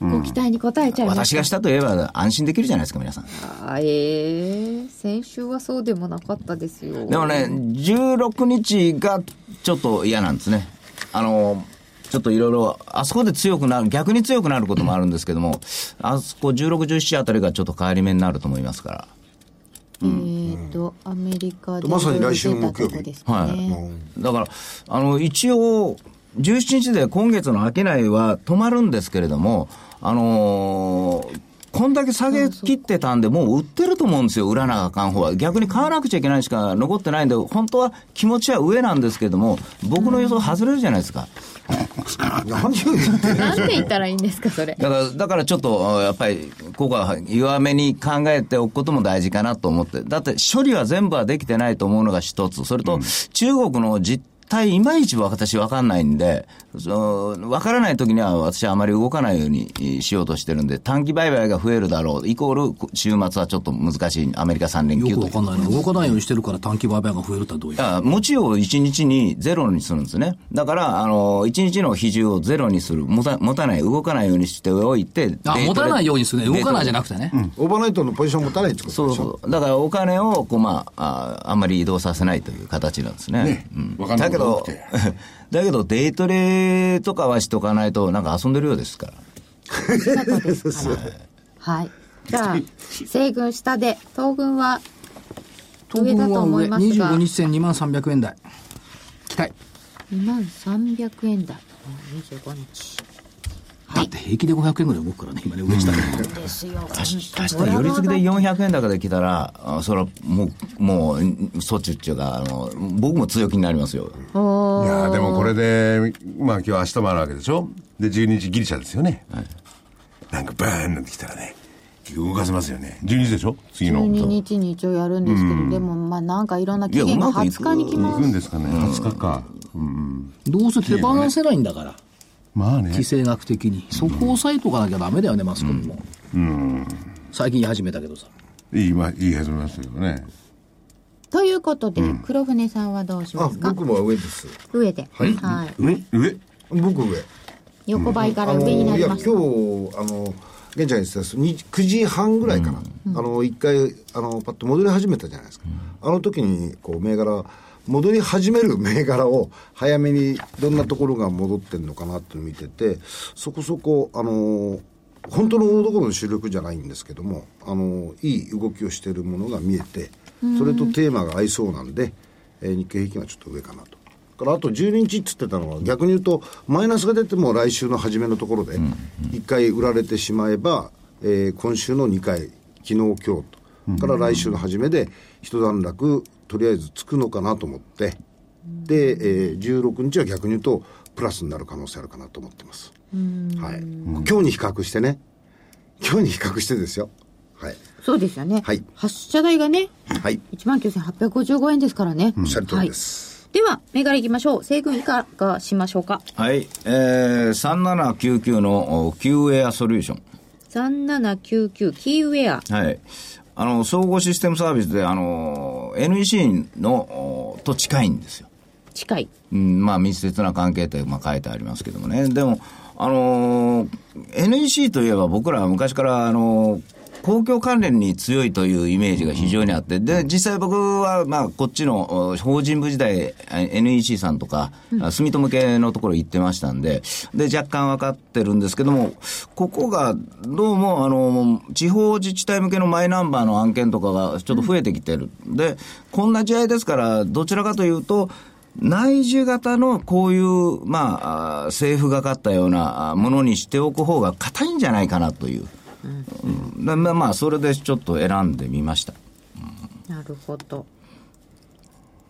D: ご期待に応えちゃいま
F: 私
D: し
F: がしたと言えば安心できるじゃないですか、皆さん。
D: た。あええ先週はそうでもなかったですよ。
F: でもね、16日がちょっと嫌なんですね。あの、ちょっといろいろ、あそこで強くなる、逆に強くなることもあるんですけども、あそこ16、17あたりがちょっと変わり目になると思いますから。
I: えっと、アメリカで
G: まさに来週の
I: 出たとこ
G: 木曜日
I: ですか
F: は
I: ね
F: い。だから、あの、一応、17日で今月の商いは止まるんですけれども、あのーこんだけ下げ切ってたんで、もう売ってると思うんですよ、売らなあかん方は。逆に買わなくちゃいけないしか残ってないんで、本当は気持ちは上なんですけれども、僕の予想外れるじゃないですか。
G: 何を言ってんの
D: なんて言ったらいいんですか、それ。
F: だから、だからちょっと、やっぱり、ここは弱めに考えておくことも大事かなと思って。だって、処理は全部はできてないと思うのが一つ。それと、中国の実態、いまいち私わかんないんで、そのわからない時には私はあまり動かないようにしようとしてるんで、短期売買が増えるだろう。イコール、週末はちょっと難しい、アメリカ3連
E: よ
F: 休
E: く
F: と
E: わかんないな。動かないようにしてるから短期売買が増えるとはどういう。
F: あ持ちを1日にゼロにするんですね。だから、あの、1日の比重をゼロにする。持た持たない、動かないようにしておいて。
E: あ、持たないようにするね。動かないじゃ
F: なく
E: なくてね。
G: オーバーナイトのポジション持たないってこと
F: そう
G: でしょ
F: そう。だからお金を、こう、まあ、ああんまり移動させないという形なんですね。
H: ね
F: うん
H: わかんない
F: だけ
H: こと多
F: ど
H: くて、
F: だけど、デイトレとかはしとかないと、なんか遊んでるようですから。
D: 姿ですから。
I: はい。じゃあ、西軍下で、東軍は、
E: 東軍
I: 上
E: は上、
I: だと思いますが
E: 25日線2万300円台。期待。
I: 2万300円台。25日。
E: だって平気で500円ぐらい動くからね、今ね、上下で。
I: ですよ。
F: 確かに、寄り付きで400円高で来たら、あそれはもう、もう、措置っていうか、あの、僕も強気になりますよ。
I: おー
H: いやーでもこれで、まあ今日明日もあるわけでしょで、12日ギリシャですよね。なんかバーンなんてきたらね、動かせますよね。12日でしょ次の。
I: 12日に一応やるんですけど、でもまあなんかいろんな期限が
F: いやうまくい
I: 20
F: く
I: 日に来
H: 行
I: ま
H: くん
I: す。
H: ですかね。20日か。うん。
E: どうせ手放せないんだから。
H: まあね
E: 地。政学的に。そこを押さえとかなきゃダメだよね、マスコミも。最近言い始めたけどさ。
H: いい、まあ、いい始めましたけどね。
I: ということで、黒船さんはどうし
G: あ
I: ますか
G: 僕も上です
I: 上で。はい。
H: 上上
G: 僕上
I: 横ばいか
G: あ
I: ら
G: の
I: 上にないり
G: や
I: ま
G: 今
I: し
G: 日
I: た。
G: あの現在にですねに9時半ぐらいかな、あの一回あのパッと戻り始めたじゃないですか、あの時にこう銘柄戻り始める銘柄を早めにどんなところが戻ってんのかなって見ててそこそこあの本当の大どころの主力じゃないんですけどもあのいい動きをしているものが見えてそれとテーマが合いそうなんで、えー日経平均はちょっと上かなと。からあと12日っつってたのは逆に言うとマイナスが出ても来週の初めのところで1回売られてしまえば、えー今週の2回昨日今日とから来週の初めで一段落とりあえずつくのかなと思ってで、えー16日は逆に言うとプラスになる可能性あるかなと思ってます、はい、今日に比較してね今日に比較してですよはい
I: そうですよね。
G: はい
I: 発射台がね、
G: はい
I: 19,855円ですからね。
G: おっしゃる通りです、
I: では、銘柄いきましょう。西軍いかがしましょうか。
F: はい。えー、3799のお Q エアソリューション。
I: 3799キーウェア。
F: はい。あの、総合システムサービスで、あの、NEC の、おと近いんですよ。
I: 近い。
F: うん、まあ密接な関係って、まあ、書いてありますけどもね。でも、あのー NEC といえば僕らは昔から、あのー公共関連に強いというイメージが非常にあって、で、実際僕は、まあ、こっちのお法人部時代、あ NEC さんとか、あ住友系のところ行ってましたんで、で、若干分かってるんですけども、ここが、どうも、あの、地方自治体向けのマイナンバーの案件とかがちょっと増えてきてる。で、こんな時代ですから、どちらかというと、内需型のこういう、まああー、政府がかったようなあーものにしておく方が硬いんじゃないかなという。うんでまあ、まあ、それでちょっと選んでみました。
I: なるほど。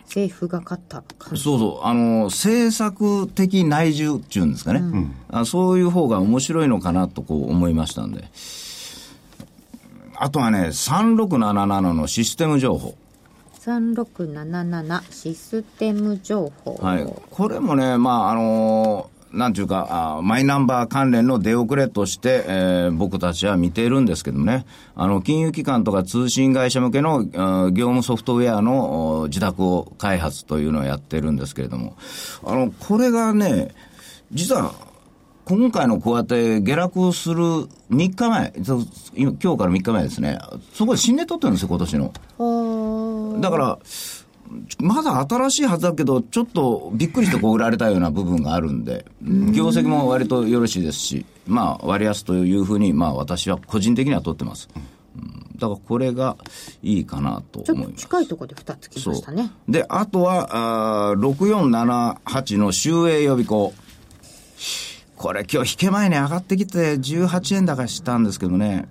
I: 政府が勝った感じ。
F: そうそう、あの、政策的内需っていうんですかね。あそういう方が面白いのかなとこう思いましたんで。あとはね、3677のシステム情報。
D: 3677システム情報。
F: はい、これもね、まああのなんていうかあ、マイナンバー関連の出遅れとして、えー僕たちは見ているんですけどもね、あの金融機関とか通信会社向けの、あー業務ソフトウェアのお自宅を開発というのをやってるんですけれども、あのこれがね、実は今回のこうやって下落する3日前、そう今今日から3日前ですね、そこで新値取ってるんですよ、今年の。だから、まだ新しいはずだけど、ちょっとびっくりしてこう売られたような部分があるんで、業績も割とよろしいですし、まあ、割安というふうに、まあ、私は個人的には取ってます。うんだからこれがいいかなと
I: ちょっ
F: 思い
I: と
F: ます。
I: 近いところで2つ来ましたね。
F: で、あとは、あー6478の集英予備校。これ今日引け前に上がってきて18円高したんですけどね。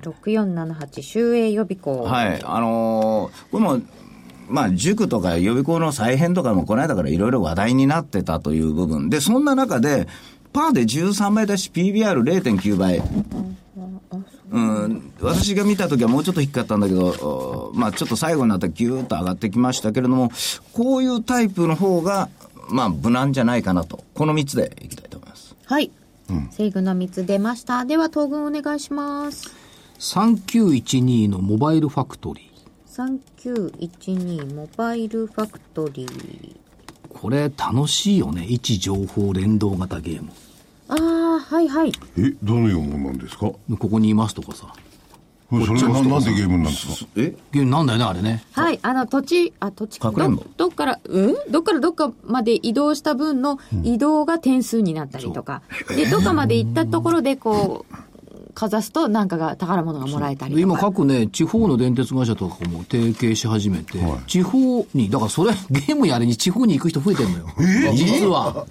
I: 6478修営予備校。
F: はい、あのーこれも、まあ、塾とか予備校の再編とかもこの間からいろいろ話題になってたという部分で、そんな中で、パーで13倍だし、PBR0.9 倍。うん、私が見たときはもうちょっと低かったんだけど、おまあ、ちょっと最後になったらぎゅーっと上がってきましたけれども、こういうタイプの方が、まあ、無難じゃないかなと。この3つでいきたいと思います。
I: はい。西軍の3つ出ました。では、東軍お願いします。
E: 3912のモバイルファクトリー。
I: 3912モバイルファクトリー。
E: これ楽しいよね。位置情報連動型ゲーム。
I: ああ、はいはい。
A: え、どのようなものなんですか
E: ここにいますとかさ。
A: それはななんでゲームなんですか
F: え
E: ゲームなんだよね、あれね。
I: はい、あの土地、あ、土地、
F: かくれんぼ
I: どどっから、うんどっからどっかまで移動した分の移動が点数になったりとか、で、どっかまで行ったところで、こう、かざすと、なんかが、宝物がもらえたりとか。
E: 今各ね、地方の電鉄会社とかも提携し始めて、地方に、だからそれ、 ゲームやりに地方に行く人増えてんのよ。実 は。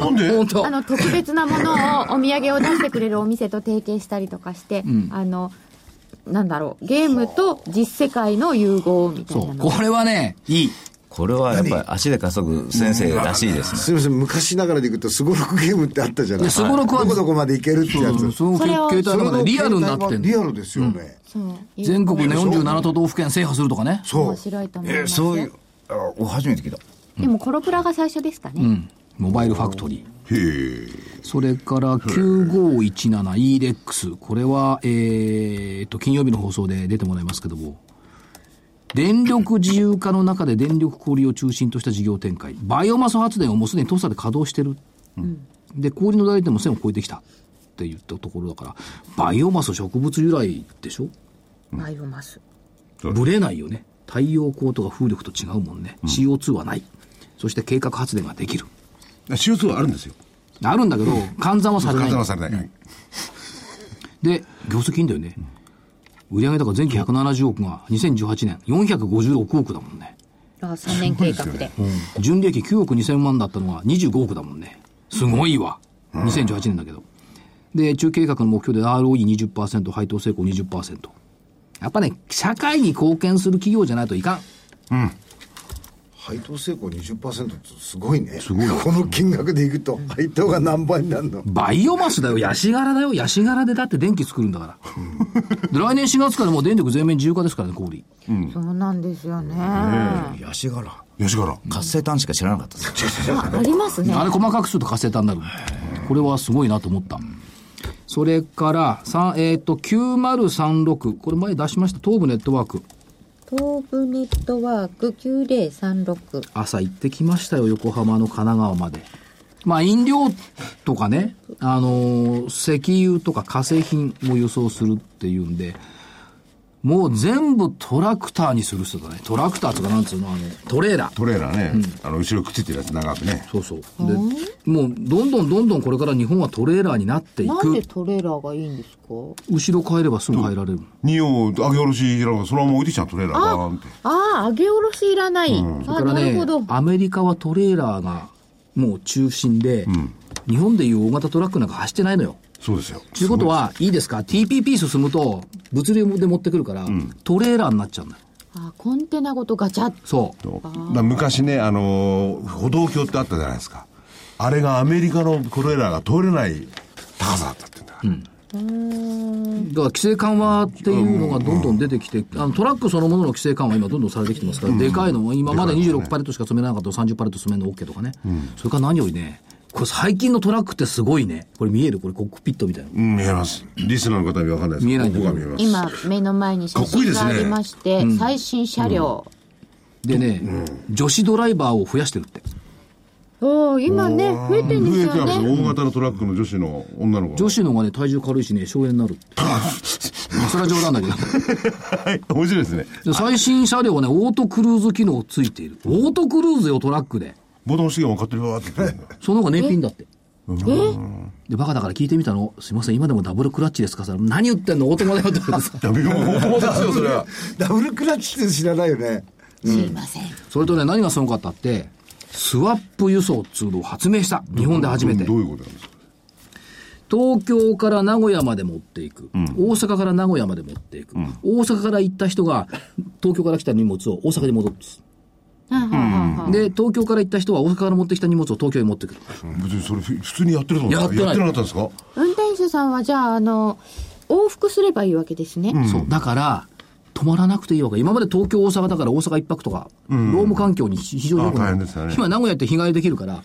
E: なんで本当
I: あの特別なものをお土産を出してくれるお店と提携したりとかして、あのなんだろうゲームと実世界の融合みたい
E: そ
I: な
E: う。
I: の
E: これはね、いい。
F: これはやっぱり足で稼ぐ先生らしいですね。
G: すみません、昔ながらでいくと、すごろくゲームってあったじゃない
E: でスゴロクは
G: どこどこまでいけるってや
E: うん
G: つ。
E: その携帯
G: それ
E: の中
G: の
E: でリアルになってんの
G: リアルですよね。
I: そう
E: 全国の47都道府県制覇するとかね。
G: そ
I: 面
G: う。
I: 白いと思います
F: え
I: よ
F: そういう、あお初めて聞いた。
I: でもコロプラが最初ですかね、
E: うん。モバイルファクトリー。
A: へえ。
E: それから9517 e レックスこれは、えー、と、金曜日の放送で出てもらいますけども、電力自由化の中で電力小売を中心とした事業展開。バイオマス発電をもうすでにトサで稼働してる。で、氷の代理店も1000を超えてきた。って言ったところだから、バイオマス植物由来でしょ
I: バイオマス
E: ブレないよね。太陽光とか風力と違うもんね。CO2 はない。そして計画発電ができる。
A: CO2 はあるんですよ。
E: あるんだけど、換算はされない
A: 簡。単はされない。はい
E: で、業績いいんだよね。売上高前期170億が2018年456億だもんね。
I: あ3年計画で
E: 純利益9億2000万だったのが25億だもんね。すごいわ。2018年だけど。で、中計画の目標で ROE20%、配当成功20%。やっぱね、社会に貢献する企業じゃないといかん。
G: 配当成功20%ってすごいね。この金額でいくと、配当が何倍になるの
E: バイオマスだよ、ヤシ殻だよ、ヤシ殻でだって電気作るんだから。で来年4月からもう電力全面自由化ですからね、氷。
I: そうなんですよね、
F: ヤシ柄。
A: 吉原。
F: 活性炭しか知らなかったです。
I: あありますね
E: あれ細かくすると活性炭になる。これはすごいなと思った。それから、さんえっ、と、9036。これ前出しました。東部ネットワーク。
D: 東部ネットワーク9036。
E: 朝行ってきましたよ。横浜の神奈川まで。まあ、飲料とかね、あのー石油とか化成品を輸送するっていうんで、もう全部トラクターにする人だね。トラクターとかなんつうの、あの、トレーラー。
A: トレーラーね、あの、後ろくっついてるやつ長くね。
E: そうそう。で、もうどんどんどんどんこれから日本はトレーラーになってい
I: なん
E: く
I: で。トレーラーがいいんですか
E: 後ろ変えればすぐ入られる。
A: 荷を上げ下ろしながら、そのまま置いてきたの、トレーラーバーンって。
I: ああ上げ下ろしいらない、
E: そ
I: あ
E: れから
I: なるほど
E: ね、アメリカはトレーラーがもう中心で、日本でいう大型トラックなんか走ってないのよ。
A: そうですよ。
E: ということは、いいですか ?TPP 進むと、物流で持ってくるから、トレーラーになっちゃうんだよ。
I: あコンテナごとガチャッ
E: そう。
A: だから昔ね、あのー歩道橋ってあったじゃないですか。あれがアメリカのトレーラーが通れない高さだったって言うんだから。
E: だから規制緩和っていうのがどんどん出てきて、あのトラックそのものの規制緩和、今、どんどんされてきてますから、でかいのも、今まで26パレットしか詰めなかったのを30パレット詰めるの OK とかね、それから何よりね、これ、最近のトラックってすごいね、これ見える、これ、コックピットみたいな、
A: うん、見えます。リスナーの方には分かんないです
E: 見えないん
A: こ
E: だ
A: こ
E: け
A: が
E: ど
A: 見えます。
I: 今、目の前に写
A: かっこいい
I: 真
A: です
I: が
A: ね
I: ありまして、最新車両。
E: でね、女子ドライバーを増やしてるって、
I: おお今ね、増えてるんで
A: 増
I: す
A: えて
I: よ
A: ます
I: ね。
A: 大型のトラックの女子の女の子が。
E: 女子の方がね、体重軽いしね、省エネになるって、まあそれは冗談だけど。
A: はい、 面白いですね。
E: で最新車両はね、オートクルーズ機能ついている。オートクルーズよ、トラックで。
A: ボタン押しても勝手にバーって言ってる。
E: その方が燃費いいんだって。で、バカだから聞いてみたの。すいません、今でもダブルクラッチですかさ。何言ってんのオートマだよって言われてさ
A: ダメ よ、もうですよ、それは。
G: ダブルクラッチって知らないよね。
I: すいません。
E: それとね、何がすごかったって、スワップ輸送っつうのを発明した。日本で初めて。
A: どういうことなんですか
E: 東京から名古屋まで持っていく、大阪から名古屋まで持っていく、大阪から行った人が東京から来た荷物を大阪に戻す、で東京から行った人は大阪から持ってきた荷物を東京に持ってくる
A: 別にそれ、普通にやってると思う
E: やってない
A: やってなかったんですか
I: 運転手さんは、じゃあ、あの、往復すればいいわけですね。
E: そう。だから、止まらなくていいわけ。今まで東京、大阪だから大阪一泊とか、労務環境に非非常に良くな
A: あ大
E: る
A: 変でしたね
E: 今名古屋って日帰りできるから、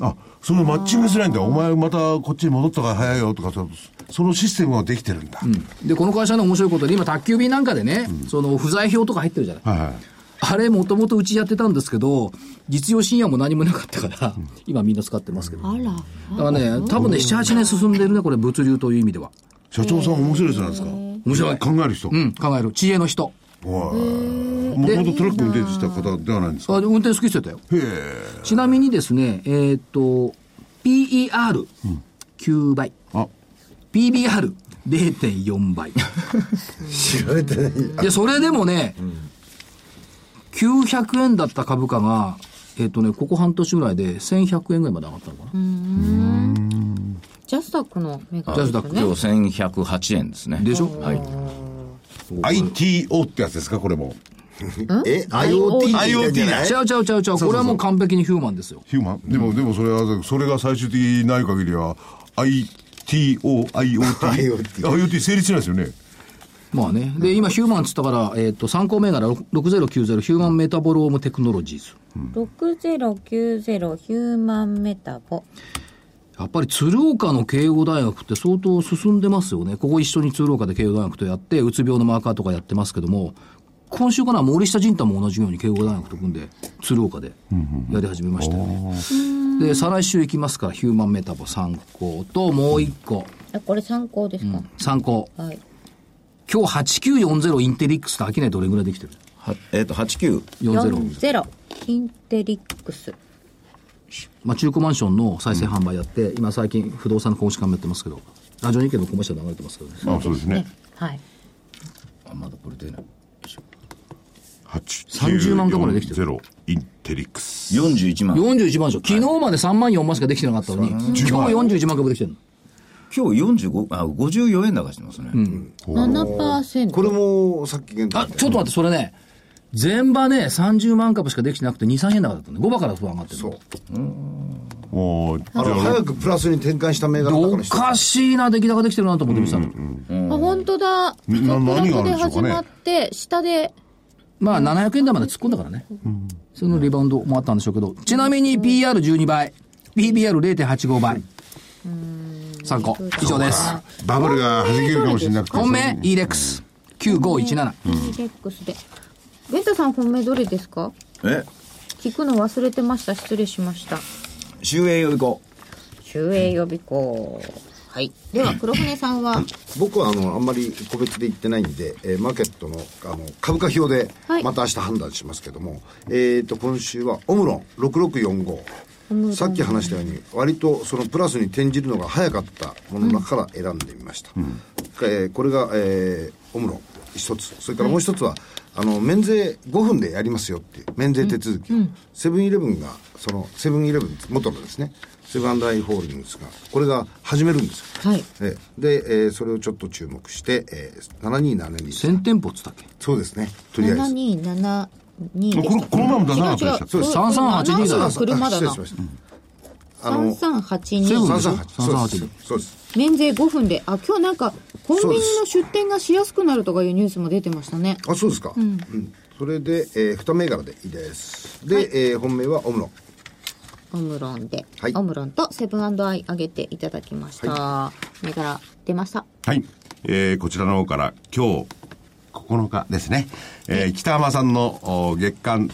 A: あ、そのマッチングしないんだ。お前またこっちに戻ったから早いよとか、そそのシステムができてるんだ。
E: で、この会社の面白いことで、今宅急便なんかでね、その不在票とか入ってるじゃない。
A: はいはい。
E: あれ、もともとうちやってたんですけど、実用深夜も何もなかったから、今みんな使ってますけど。
I: あら。
E: だからね、多分ね、7、8年進んでるね、これ、物流という意味では。
A: 社長さん面白い人なんですか面
E: 白い
A: 考える人。
E: うん、考える。知恵の人。
A: はい。もともとトラック運転してた方ではないんですか
E: あ運転好きしてたよ。
A: へえ。
E: ちなみにですね、えーっと、PER9 倍。
A: あ、
E: PBR0.4 倍。
G: 知られてない。
E: で、それでもね、900円だった株価が、えっ、とね、ここ半年ぐらいで1100円ぐらいまで上がったのかな。
I: ジャスタックのメガ
E: ジャ
I: ネ
E: スダ
I: で
E: ッ
I: す
E: ク
I: ね
F: 今。日1108円ですね。
E: でしょ
F: はい。
A: ITO ってやつですかこれも。
G: え、IoT って言ってんじゃない
E: ちゃうちゃうちゃうちゃう。これはもう完璧にヒューマンですよ。
A: ヒューマンでも、でもそれは、それが最終的にない限りは、ITO、IoT。
G: IoT
A: IoT 成立しないですよね。
E: まあね。で、今ヒューマンっつったから、えっ、と、参考銘柄6090ヒューマンメタボロームテクノロジーズ。
I: 6090ヒューマンメタボ。
E: やっぱり鶴岡の慶応大学って相当進んでますよね。ここ一緒に鶴岡で慶応大学とやって、うつ病のマーカーとかやってますけども、今週かな、森下仁太も同じように慶応大学と組んで、鶴岡でやり始めましたよね。で、再来週行きますから、ヒューマンメタボ参考と、もう一個、
I: あ、これ参考ですか、
E: 参考。
I: はい。
E: 今日8940インテリックスと商いどれぐらいできてる
F: はえっ、と、89。
E: ?40。
I: 40インテリックス。
E: まあ、中古マンションの再生販売やって、今最近不動産の公式館もやってますけど、ラジオ日経のコマーシャル流れてますけどね。
A: あ、そうですね。
I: はい。
F: あ、まだこれ出ない。
E: 30万ところでできて
A: ゼロインテリックス。
F: 41万。今
E: 41万でしょ。昨日まで3万4万しかできてなかったのに、今日41万株できてるの。
F: 日45、あ、54円高してますね。
I: 7%。
G: これもさっき言った
E: あ、ちょっと待って、それね、前場ね、30万株しかできてなくて2、3円高だったんで、5場から不安上がってるの
G: そう。
A: もう、じゃ
G: あの、
A: あ、
G: 早くプラスに転換した銘柄
E: で
G: の中
E: お
G: の一つ
E: かしいな、出来高できてるなと思って見てたの。
I: あ、本当だ。
A: みんな何があるんでしょうかね
I: 始まって、下で、
E: まあ、700円台まで突っ込んだからね。そのリバウンドもあったんでしょうけど、ちなみに PR12 倍、BBR0.85 倍。参考。以上です。
A: バブルが弾けるかもしれなくて。
E: 本命、e レックス9517。
I: リレックスで。ベンタさん本命どれですか
F: え
I: 聞くの忘れてました。失礼しました。
F: 終焉予備校。
I: 中英予備校。はい。では、黒船さんは、
G: 僕はあのあんまり個別で言ってないんで、えーマーケットのあの株価表で
I: はい
G: また明日判断しますけども、えー、と今週はオムロン6645さっき話したように割とそのプラスに転じるのが早かったものの中から選んでみました、えーこれが、えーオムロン一つそれからもう一つは、あの免税5分でやりますよっていう免税手続きを、セブンイレブンがそのセブンイレブン元のですねセブンアイ・ホールディングスがこれが始めるんですよ
I: はい。
G: ええで、えーそれをちょっと注目して、えー、7272
E: 1000店舗っつったっけ
G: そうですねとりあえず
I: 7272
A: このこの前も出さなかったでした
I: 違う違う
G: そうです
I: 3382
G: 7
I: だな車だ
G: 失礼
I: な
G: しました、あの
I: 3382
E: そう
G: 三
E: でしょ
G: 三八そうですそうです
I: 免税5分であ今日なんかコンビニの出店がしやすくなるとかいうニュースも出てましたね
G: あそうですか、うんそれで、えー、2銘柄でいいですで、えー本命はオムロン
I: オムロンで、
G: はい
I: オムロンとセブンアイ上げていただきました、銘柄出ました
A: はい。えーこちらの方から今日9日ですね。えー北浜さんのお月間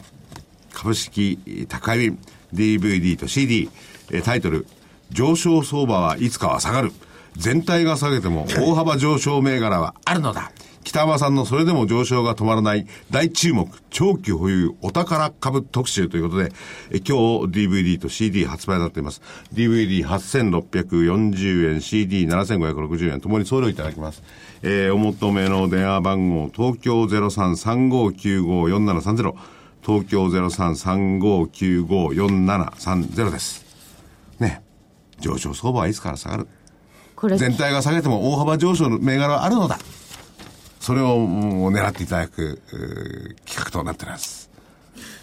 A: 株式宅配便 DVD と CD、えータイトル、上昇相場はいつかは下がる。全体が下げても大幅上昇銘柄はあるのだ。北浜さんのそれでも上昇が止まらない大注目長期保有お宝株特集ということで、え今日 DVD と CD 発売になっています。DVD8640 円、CD7560 円ともに送料いただきます。えーお求めの電話番号、東京0335954730、東京0335954730です。ね。上昇相場はいつから下がる
I: これ
A: 全体が下げても大幅上昇の銘柄はあるのだそれをもう狙っていただく、えー企画となっております。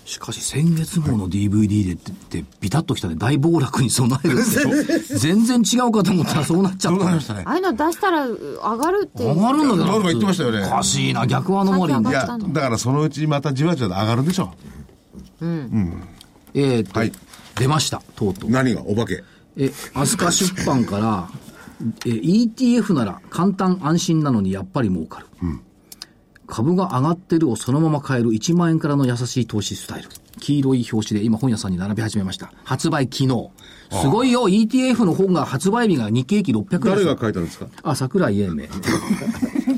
E: しかし先月号の DVD でって、ってビタッときたで大暴落に備えるでし ょ全然違うかと思ったらそうなっちゃ
A: ど
E: っ
A: うなり
E: た
A: ましたね
I: ああいうの出したらう上がるってい
E: 上
I: う
E: がるんだけど
A: どうとか言ってましたよね
E: おかしいな逆はのまりに
A: い
I: い
A: や、だからそのうちまたじわじわと上がるんでしょ
E: えーっと、
A: はい
E: 出ましたとうとう
A: う。何がお化け。
E: え飛鳥出版からえ ETF なら簡単安心なのにやっぱり儲かる、株が上がってるをそのまま買える1万円からの優しい投資スタイル黄色い表紙で今本屋さんに並び始めました発売昨日すごいよ ETF の本が発売日が日経平均600円
A: 誰が書いたんですか
E: あ桜井英明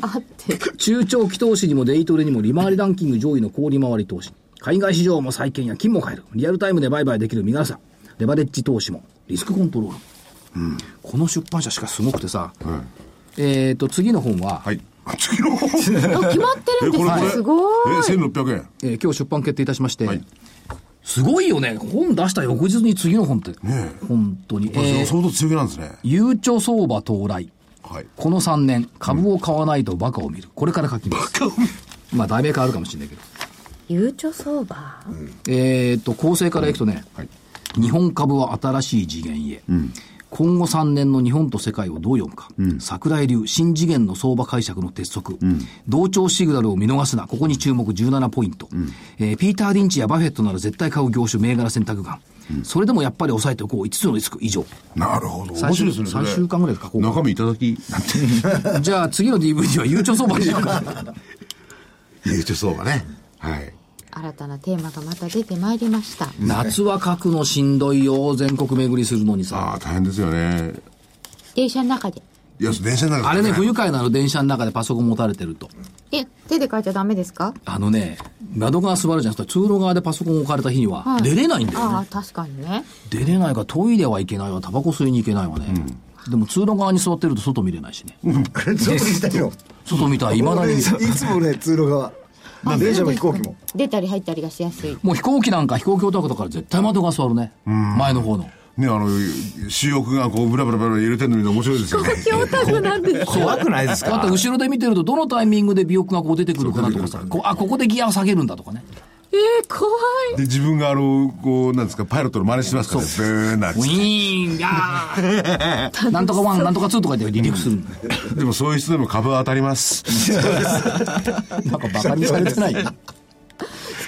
I: あって
E: 中長期投資にもデイトレにも利回りランキング上位の小売回り投資。海外市場も債券や金も買える。リアルタイムで売買できる身軽さ。レバレッジ投資も。リスクコントロール。この出版社しかすごくてさ、えっ、と、次の本は、
A: はい。次の
I: あ決まってるんです
A: えこれこ
I: ね
A: れ
I: すご
A: え
I: い
A: ー、1600円。
E: えー今日出版決定いたしまして、
A: はい
E: すごいよね。本出した翌日に次の本って。
A: ね
E: 本当に。え
A: え。
E: ー、
A: 相当強気なんですね。
E: ゆうちょ相場到来。
A: はい。
E: この3年、株を買わないとバカを見る。これから書きます。まあ、題名変わるかもしれないけど。
I: ゆうちょ相場、
E: えー、と構成からいくとね、日本株は新しい次元へ、今後3年の日本と世界をどう読むか、桜井流新次元の相場解釈の鉄則、同調シグナルを見逃すなここに注目17ポイント、えーピーター・リンチやバフェットなら絶対買う業種銘柄選択眼、それでもやっぱり抑えておこう5つのリスク以上
A: なるほど。
E: 最終
A: 面白いですね。それ
E: 3週間ぐらいで書こうか
A: 中身いただき、なんて。
E: じゃあ次の DVD は悠長相場にしよう か
A: 言うてそうだね。はい。
I: 新たなテーマがまた出てまいりました
E: 夏は書くのしんどいよ全国巡りするのにさ
A: ああ、大変ですよね。
I: 電車の中で
A: いや、電車の中
E: あれね不
A: 冬
E: 愉快なの電車の中でパソコン持たれてると
I: え手で書いちゃダメですか
E: あのね、窓側座るじゃなくて、通路側でパソコン置かれた日には、出れないんだよね。
I: ああ確かにね
E: 出れないから、トイレは行けないわ、タバコ吸いに行けないわね。でも通路側に座ってると外見れないしね。
G: あ れちょっと見たいの
E: 外見たら未だ
G: 俺い
E: に。
G: つもね通路側電車も飛行機も
I: 出たり入ったりがしやすい
E: もう飛行機なんか飛行機男だから絶対窓側座るね。前の方の。
A: ね、あの、主翼がこう、ブラブラブラ揺れてるの見るの面白いですよね。
F: 怖くないです
E: だって後ろで見てるとどのタイミングで尾翼がこう出てくるかなとかさ、こうあ、ここでギアを下げるんだとかね。
I: えー、怖い
A: で、自分があの、こう、なんですか、パイロットの真似してますからね。ブーンなんつ
E: ウ
A: っ
E: ィーン、ギャ ーなんとかワン、なんとかツーとか言って離陸するんだよ
A: てでもそういう人でも株は当たります。
E: なんかバカにされてないよね。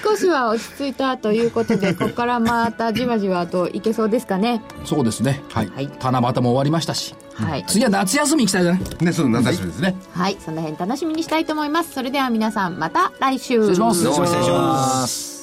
I: 少しは落ち着いたということでここからまたじわじわといけそうですかね
E: そうですね。はい。
I: はい
E: 七夕も終わりましたし。
I: はい
E: 次は夏休み行きたいじゃない
A: ね、その夏休みですね。
I: はいその辺楽しみにしたいと思いますそれでは皆さんまた来週
E: 失礼します。
F: どうも失礼します